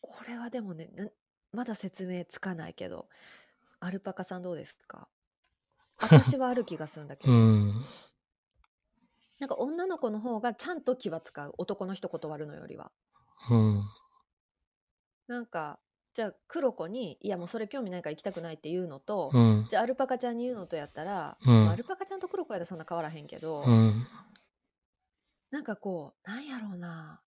これはでもね、なまだ説明つかないけど、アルパカさんどうです
<laughs>
か私はある気がするんだけ
う。
ど、
うん。
なんか女の子の方がちゃんと気は使う、男の人断るのよりは。
うん。
なんか、じゃあ黒子に、いやもうそれ興味ないから行きたくないって言うのと、
うん。
じゃあアルパカちゃんに言うのとやったら、
うん
まあアルパカちゃんと黒子やったらそんな変わらへんけど、
うん。
なんかこう、なんやろうな、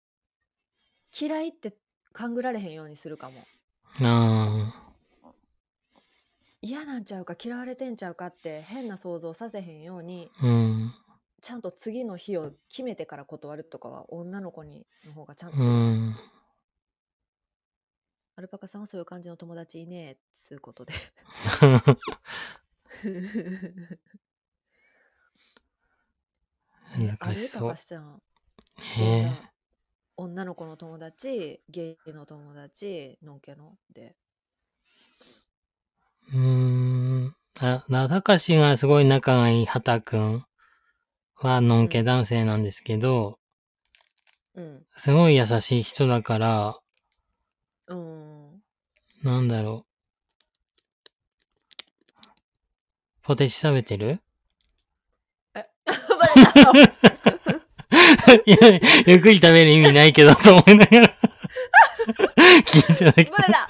嫌いって勘ぐられへんようにするかも。
あ
嫌なんちゃうか嫌われてんちゃうかって変な想像させへんように
あ。うん。
ちゃんと次の日を決めてから断るとかは女の子にの方がちゃんと
う
する、
ん。
アルパカさんはそういう感じの友達いねえっつうことで <laughs> ねあ
難
る
したそう
か。しちゃんジェンダー
ね
女の子の友達ゲイの友達のんけので
え。うーん。あ、なたかしがすごい仲がいいはたくんは、のんけ男性なんですけど、
うん
すごい優しい人だから、 <laughs>
うん
なんだろう。ポテチ食べてる
バレたぞ
いや、ゆっくり食べる意味ないけど、と思いながら。聞いてたけど
バレた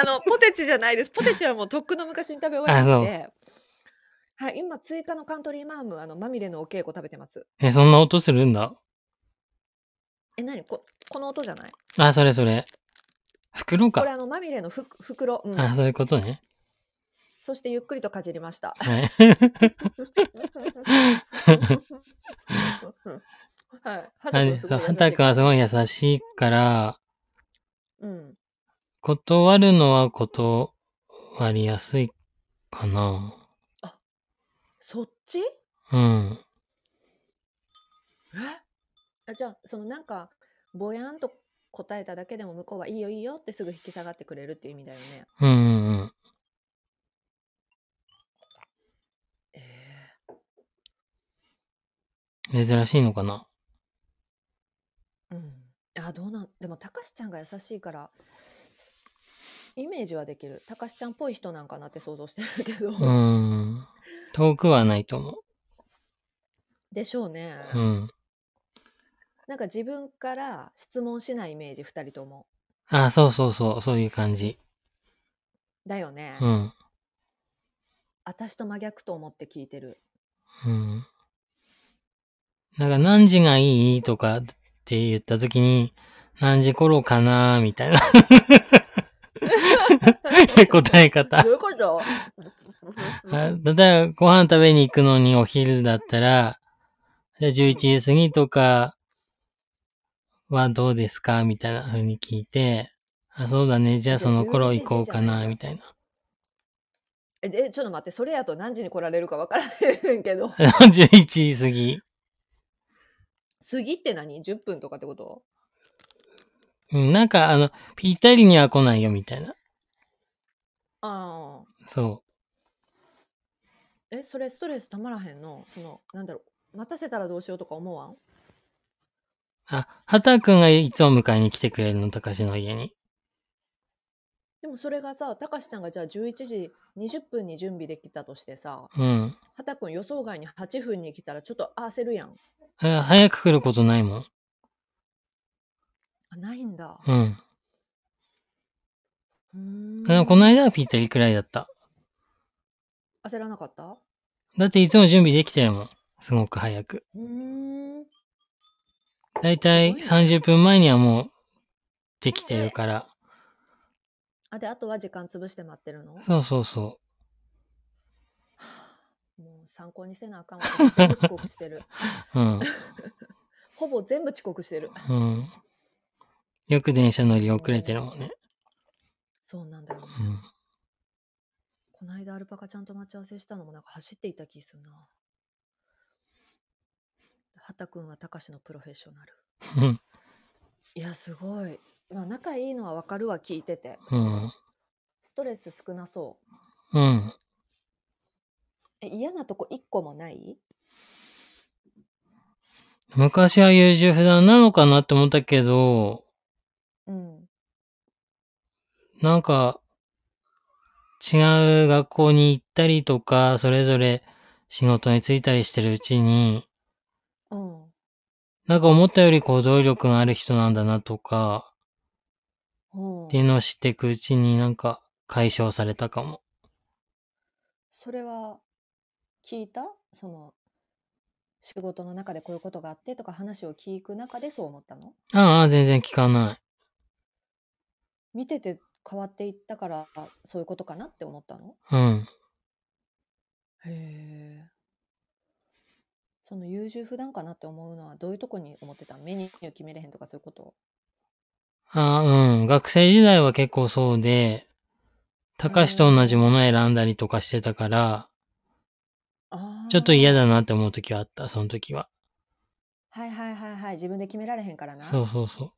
あのポテチじゃないですポテチはもうとっくの昔に食べ終わりましてはい今追加のカントリーマームあのまみれのお稽古食べてます
え、そんな音するんだ。
え何ここの音じゃない
あ、それそれ。袋
これ
か。
あのまみれのふく袋、うん、
あ、そういうこと
<laughs>
ね。
そしてゆっくりとかじりました
はい。
は
あ
い
れ
畑
で
君
す
す
か、
ごい優
は
しい
たくんはすごい優しいから、
うん
断るのは断りやすいかな。
そっち
うん。
あじゃあそのなんかぼやんと答えただけでも向こうはいいよいいよってすぐ引き下がってくれるっていう意味だよね。
うんうんうん。
え
珍しいのかな。
えうん。あどうなんでもたかしちゃんが優しいからイメージはできるたかしちゃんっぽい人なんかなって想像してるけど、
うん。遠くはないと思
でしょうね、
う。うん。
なんか自分から質問しないイメージ2人とも
あ、そうそうそう、そういう感じ。
だよね、
うん。
私と真逆と思って聞いてる
うん。なんか何時がいいとかって言った時に、何時頃かなみたいな <laughs> 答え方。
どういうこと
あ例えば、ご飯食べに行くのにお昼だったら、じゃあ11時過ぎとかはどうですかみたいな風に聞いて、あ、そうだね。じゃあその頃行こうかなみたいな。
えでちょっと待ってそれやと何時に来られるかわからへんけど
<laughs> 11時過ぎ。
過ぎって何 ?10 分とかってこと
うん、なんかあの、ぴったりには来ないよみたいな。
ああ。
そ
え、それストレスたまらへんのその、なんだろう。待たせたらどうしようとか思わん
う。あ、はたくんがいつも迎えに来てくれるの、たかしの家に。
でもそれがさ、たかしちゃんがじゃあ11時20分に準備できたとしてさ、
うん。
はたくん予想外に8分に来たらちょっと焦るやん。
あ早く来ることないもん。
あ、ないんだ。
うん。
うーん
でもこの間はぴったりくらいだった。
焦らなかった
だっていつも準備できてるもん。すごく早く。
うーん。
だいたい
すごい
30分前にはもう、できてるから。
あ、で、あとは時間潰して待ってるの
そうそうそ
<sighs> もう参考にせなあかんわ。私全部遅刻し
<laughs>
てる。
う。うん。
ほぼ全部遅刻してる。
うん。よく電車乗り遅れてるもんね。
そうなんだよね。
うん。
この間アルパカちゃんと待ち合わせしたのもなんか走っていた気すんな。はたくんはたかしのプロフェッショナル。
うん
いや、すごい。まあ、仲いいのはわかるわ、聞いてて。
うん。
ストレス少なそう。
うん。
え、嫌なとこ一個もない
昔は優柔不断なのかなって思ったけど、
うん。
なんか、違う学校に行ったりとか、それぞれ仕事に就いたりしてるうちに、
うん。
なんか思ったより行動力がある人なんだなとか、
うん
っていうのを知っていくうちになんか解消されたかも。
それは聞いたその、仕事の中でこういうことがあってとか話を聞く中でそう思ったの
ああ、全然聞かな
見てて変わっていったから、あそういうことかなって思ったの
い。うん。
へえ。その優柔不断かなって思うのはどういうとこに思ってたメニュー決めれへんとかそういうこと
あうん。学生時代は結構そうで、たかしと同じものを選んだりとかしてたから、
あー
ちょっと嫌だなって思う時はあった、その時は。
はいはいはいはい自分で決められへんからな
そうそうそう。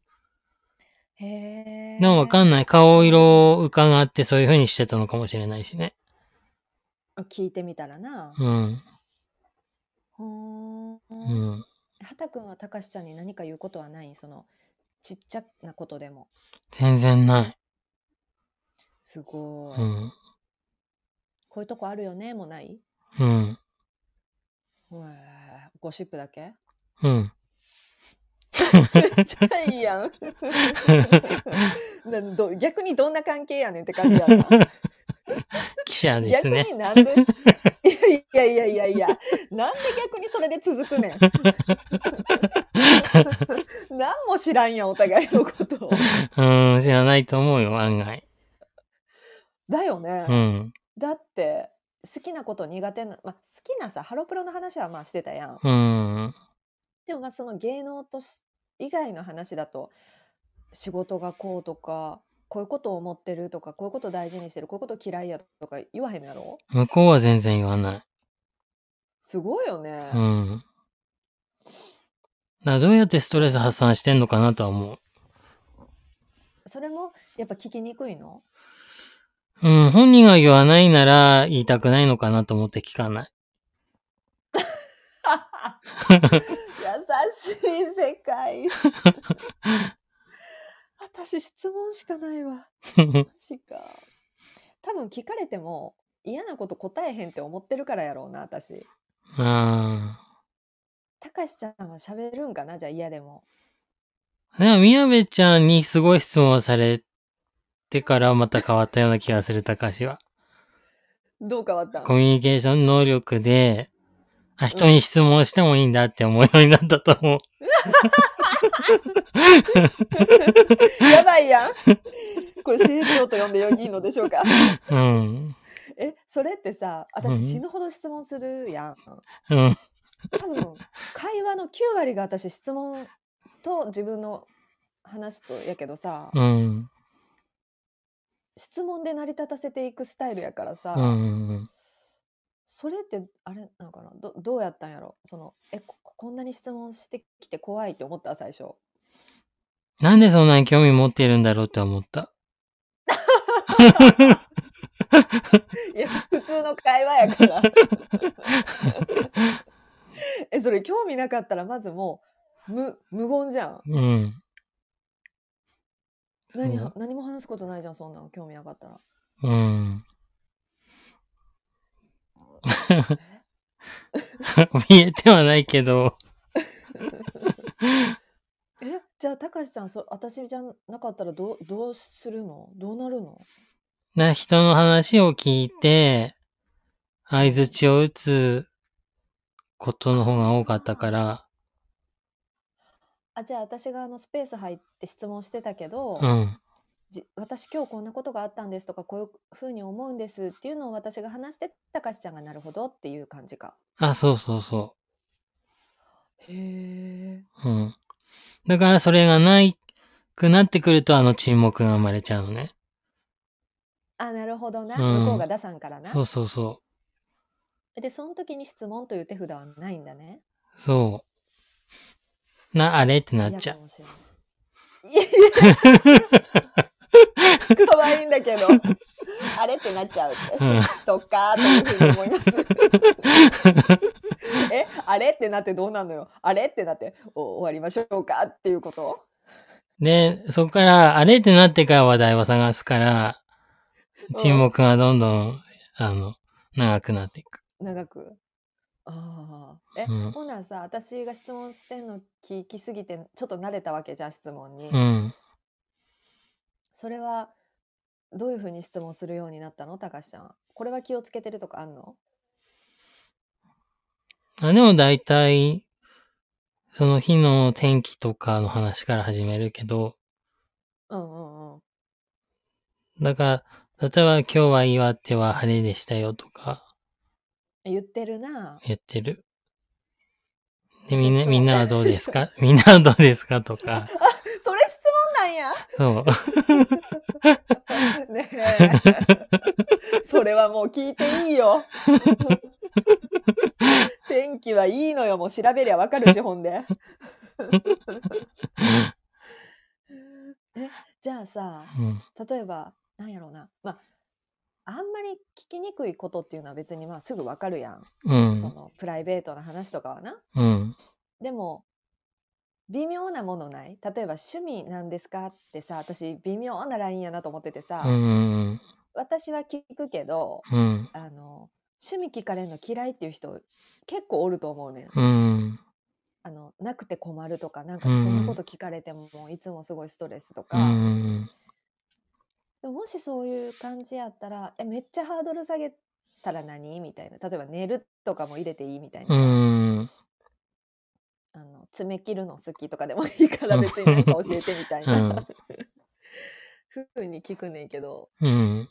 へえ
でもわかんない。顔色を伺ってそういう風にしてたのかもしれないしね。
聞いてみたらな
うん。
ほー
うんん。
はたくんはたかしちゃんに何か言うことはないそのちっちゃなことでも
全然ない。
すごい、
うん。
こういうとこあるよねもない
うん。
へーゴシップ
<laughs>
だけ
うん。
めっちゃいいやん <laughs> など逆にどんな関係やねんって感じやな
記者です
逆
ね。
になんで <laughs> いやいやいやいやなんで逆にそれで続くねん <laughs> 何も知らんやんお互い
<laughs>
のこと
うん、知らないと思うよ、案外。
だよね、
うん。
だって好きなこと苦手な、まあ、好きなさハロプロの話はまあしてたやん
うん。
でもまあその芸能とし以外の話だと仕事がこうとかこういうことを思ってるとかこういうこと大事にしてるこういうこと嫌いやとか言わへんやろ
向こうは全然言わない。
すごいよね、
うん。だからどうやってストレス発散してんのかなとは思う。
それもやっぱ聞きにくいの
うん、本人が言わないなら言いたくないのかなと思って聞かない。
優しい世界私質問しかないわマジか多分聞かれても嫌なこと答えへんって思ってるからやろうな私
あ
たかしちゃんは喋るんかなじゃあ嫌でも
あ。でも、宮部ちゃんにすごい質問されてからまた変わったような気がする、高橋は。
どう変わったん
コミュニケーション能力で、あ、人に質問してもいいんだって思うようになったと思う。
やばいやんこれ成長と呼んでよいいのでしょうか
うん。
えそれってさ
うん
私死ぬほど質問するや
う
ん
ん。
多分会話の9割が私質問と自分の話とやけどさ、
うん。
質問で成り立たせていくスタイルやからさ、
うん。
それってあれなのかなどどうやったんやろそのえここんなに質問してきて怖いって思った最初
なんでそんなに興味持ってるんだろうって思った。
いや普通の会話やから <laughs> えそれ興味なかったらまずもう無無言じゃん
うん。
何
そう
は何も話すことないじゃんそんなん興味なかったら
うん。 <laughs> 怯えてはないけど、
えじゃあたかしちゃんそ私じゃなかったらどうどうするのどうなるの
な、人の話を聞いて、相槌を打つことの方が多かったから、
あじゃあ私があのスペース入って質問してたけど、
うん。
じ私今日こんなことがあったんですとかこういうふうに思うんですっていうのを私が話してたかしちゃんがなるほどっていう感じか。
あ、そうそうそ
へえ。
う。うん。だからそれがないくなってくると、あの沈黙が生まれちゃうのね。
あなるほどな、
うん
向こうが出さんからな
そうそうそ
でその時に質問という手札はないんだね。
う。そう。な、あれってなっちゃ
嫌か
う。
もしれないいやい
<laughs>
や可愛いんだけどあれってなっちゃうって、
うん。
そっかーというふうに思いますえあれってなってどうなんのよあれってなってお終わりましょうかっていうこと
で、そこから、あれってなってから話題を探すから、沈黙がどんどん、あの、長くなっていく。
長くああえ、
うん
ほなさ私が質問してんの聞きすぎてちょっと慣れたわけじゃん質問に、
うん。
それはどういうふうに質問するようになったのたかしちゃんこれは気をつけてるとかあんの
あでも大体、その日の天気とかの話から始めるけど、
うんうんうん
だから、例えば今日は岩手は晴れでしたよとか
言ってるな
言ってる。で、
そう
みん
質
な、
問
みんなはどうですかみんなはどうですかとか、
<laughs> それ質問なんや。
そう。
<laughs> ねえ。 <laughs> それはもう聞いていいよ。 <laughs> 天気はいいのよ。もう調べりゃわかるし、ほんで。 <laughs> え、じゃあさ、
うん、
例えば、なんやろうな。まあ、あんまり聞きにくいことっていうのは別にまあすぐわかるやん。
う
そ
ん、
のプライベートな話とかはな。
うん、
でも、微妙なものない例えば趣味なんですかってさ、私微妙なラインやなと思っててさ、
うん、
私は聞くけど、
うん、
あの趣味聞かれるの嫌いっていう人結構おると思うねん。
うん、
あのなくて困るとかなんか
うん
そんなこと聞かれてもいつもすごいストレスと
う
か、
ん、
でももしそういう感じやったらえめっちゃハードル下げたら何みたいな例えば寝るとかも入れていいみたいな
う
さ、
ん、
あの爪切るの好きとかでもいいから別に何か教えてみたいな、
うん
<laughs> ふうに聞くねんけど
うん。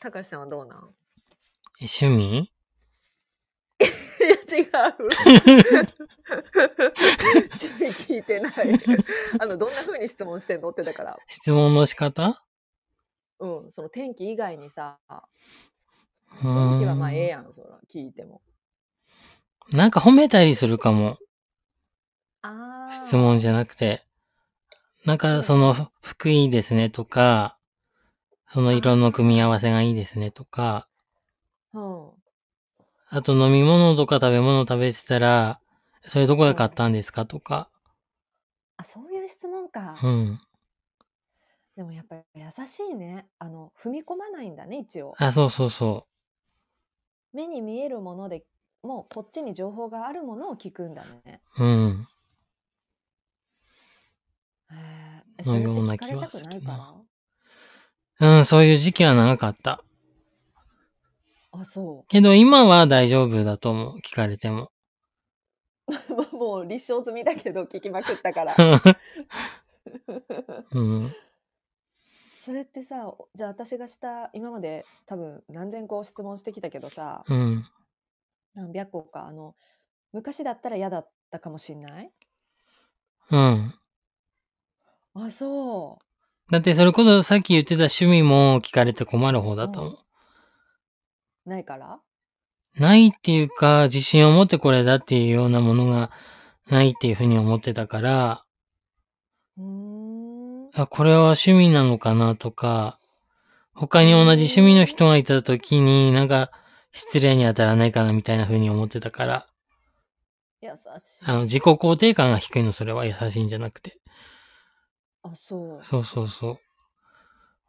たかしさんはどうなん
え趣味
いや違う。趣味聞いてない。あの、どんな風に質問してんのってだから、
質問の仕方
うん、その天気以外にさ、
う
天気はまあええ
ん。
やん、そら、聞いても。
なんか褒めたりするかも。
ああ。
質問じゃなくて。なんか、その、ふ服いいですねとか、その色の組み合わせがいいですねとか、
うん。
あと飲み物とか食べ物食べてたら、そういうとこで買ったんですかとか。
あ、そういう質問か。
うん。
でもやっぱり優しいね。あの、踏み込まないんだね、一応。
あ、そうそうそ
目に見えるものでもうこっちに情報があるものを聞くんだね。
う。うん。
へええ、それって
のような気
聞か
は
れたくないか
する
ら
うん、そういう時期は長かった。
あ、そ
けど今は大丈夫だと思う。聞かれても。 <laughs>
う。もうもう立証済みだけど聞きまくったから。
うん。
それってさじゃあ私がした今まで多分何千個質問してきたけどさ
うん。
何百個かあの昔だったら嫌だったかもしんない
うん。
あそう
だってそれこそさっき言ってた趣味も聞かれて困る方だと思う。
ないから
ないっていうか、自信を持ってこれだっていうようなものがないっていうふうに思ってたから、
うーん
あ、これは趣味なのかなとか、他に同じ趣味の人がいた時に、なんか、失礼に当たらないかなみたいな風に思ってたから、
優しい
あの、自己肯定感が低いの、それは優しいんじゃなくて。
あそう
そうそうそ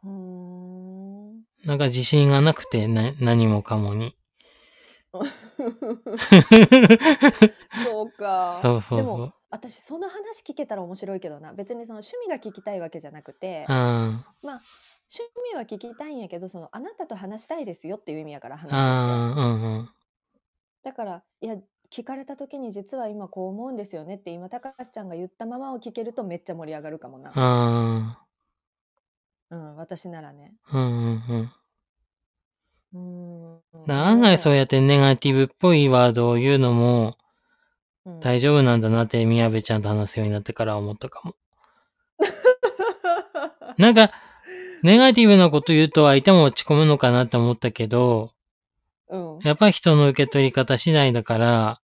う
ーん <laughs>
う。なんか自信がなくて、な、何もかもに。
そうか
<laughs> そうそうそう
でも私その話聞けたら面白いけどな別にその趣味が聞きたいわけじゃなくて
あ
趣味は聞きたいんやけどそのあなたと話したいですよっていう意味やから話
あ、
すのって
ああ、うんうん。
だからいや聞かれた時に実は今こう思うんですよねって今高橋ちゃんが言ったままを聞けるとめっちゃ盛り上がるかもな、
あ
うん、私ならね
あ、うんうんうん。
うーん
な案外そう
や、
やってネガティブっぽいワードを言うのも
うん
大丈夫なんだなって宮部ちゃんと話すようになってから思ったかも。なんか、ネガティブなこと言うと相手も落ち込むのかなって思ったけど、
<laughs> うん、
やっぱり人の受け取り方次第だから、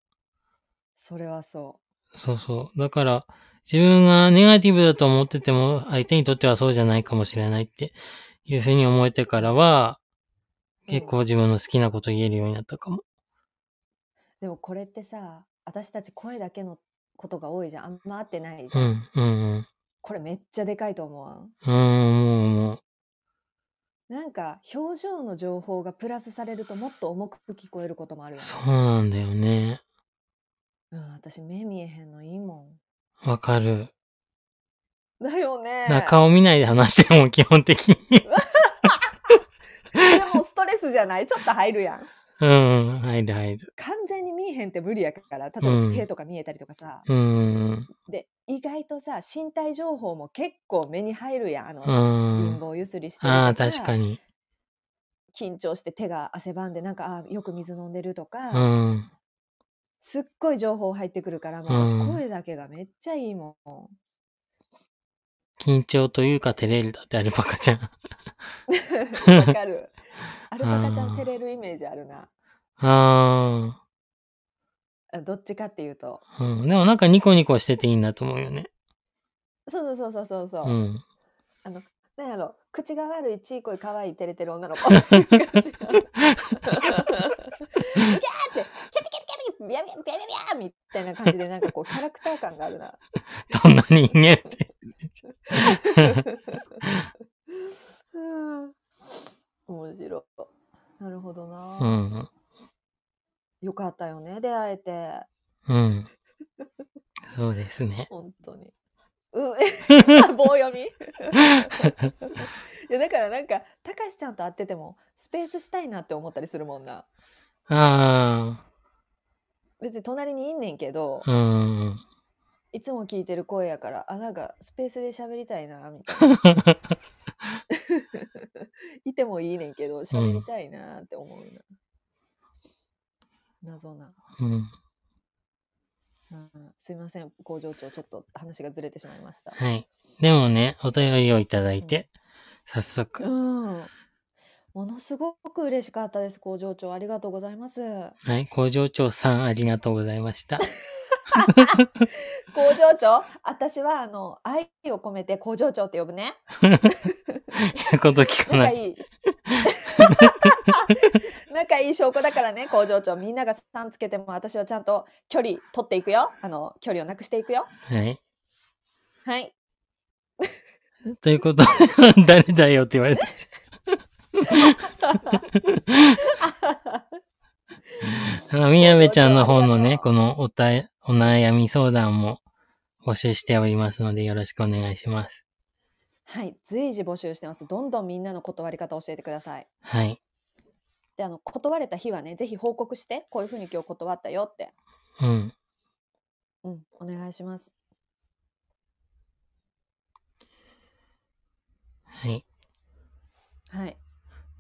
それはそ
そうそう。だから、自分がネガティブだと思ってても相手にとってはそうじゃないかもしれないっていうふうに思えてからは、
うん
結構自分の好きなこと言えるようになったかも。
うでもこれってさ私たち声だけのことが多いじゃんあんま合ってないじ
う
ゃん、
ん、うん、
これめっちゃでかいと思わん
うん。うん、もう、もう。
なんか表情の情報がプラスされるともっと重く聞こえることもあるよね
そうなんだよね。
うん、私目見えへんのいいも
わかる。
んだよね
中を見ないで話してるもん、基本的に。 <laughs>
でもストレスじゃないちょっと入るやん
うん、入る入る。
完全に見えへんって無理やから例え
う
ば
ん
手とか見えたりとかさ、
うん、
で意外とさ身体情報も結構目に入るやんあの、
う
貧
ん。
乏ゆすりしてるとか
ああ、確かに。
緊張して手が汗ばんでなんかあーよく水飲んでるとか、
うん、
すっごい情報入ってくるから、もう私
うん
声だけがめっちゃいいも
<laughs>
ん。
緊張というか照れるだってアルパカちゃん。
わかる。アルパカちゃん照れるイメージあるな。
あ
あどっちかっていうと。
あ。うん。でもなんかニコニコしてていいんだと思うよね。
そうそうそうそうそう。
う。
うんなんやろ口が悪いちいこいかわいい照れてる女の子 <laughs> っていう感じがいけーってキャピキャピキャピキャピビャビャビャビャビャみたいな感じでなんかこうキャラクター感があるな
どんな人間って。
うん面白いなるほどな、
うん。
よかったよね出会えて
うん。そうですね。
本当に。うん、 <laughs> え棒読みいやだからなんかたかしちゃんと会っててもスペースしたいなって思ったりするもんな
あ
別に隣にいんねんけど
あ。うん。 <laughs>
いつも聞いてる声やからあなんかスペースで喋りたいな <laughs> みたいないてもいいねんけど喋りたいなって思うな、謎な、
うん。
うん、すいません工場長ちょっと話がずれてしまいました
はい。でもね、お便りをいただいて、早速。
うんものすごく嬉しかったです工場長ありがとうございます
はい。工場長さん、ありがとうございました。
工場長私はあの愛を込めて工場長って呼ぶね
言うこと聞かな
仲
い。
いい <laughs> 仲いい証拠だからね工場長みんながさんつけても私はちゃんと距離取っていくよあの距離をなくしていくよ
はい。
はい
ということで、 <laughs> 誰だよって言われて。あみやべちゃんの方のね、このおたえ、お悩み相談も募集しておりますので、よろしくお願いします。
はい随時募集してますどんどんみんなの断り方を教えてください
はい。
であの断れた日はねぜひ報告してこういうふうに今日断ったよって
うん。
うんお願いします
はい。
はい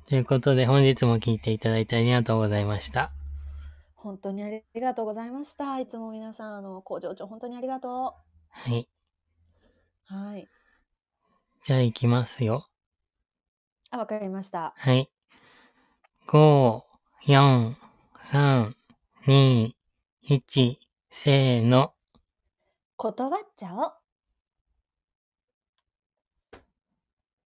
ということで、本日も聞いていただいてありがとうございました。
本当にありがとうございましたいつも皆さんあの工場長本当にありがと
はい。
うはい
じゃあ、行きますよ。
あわかりました
はい。5、4、3、2、1、せーの。
断っちゃおう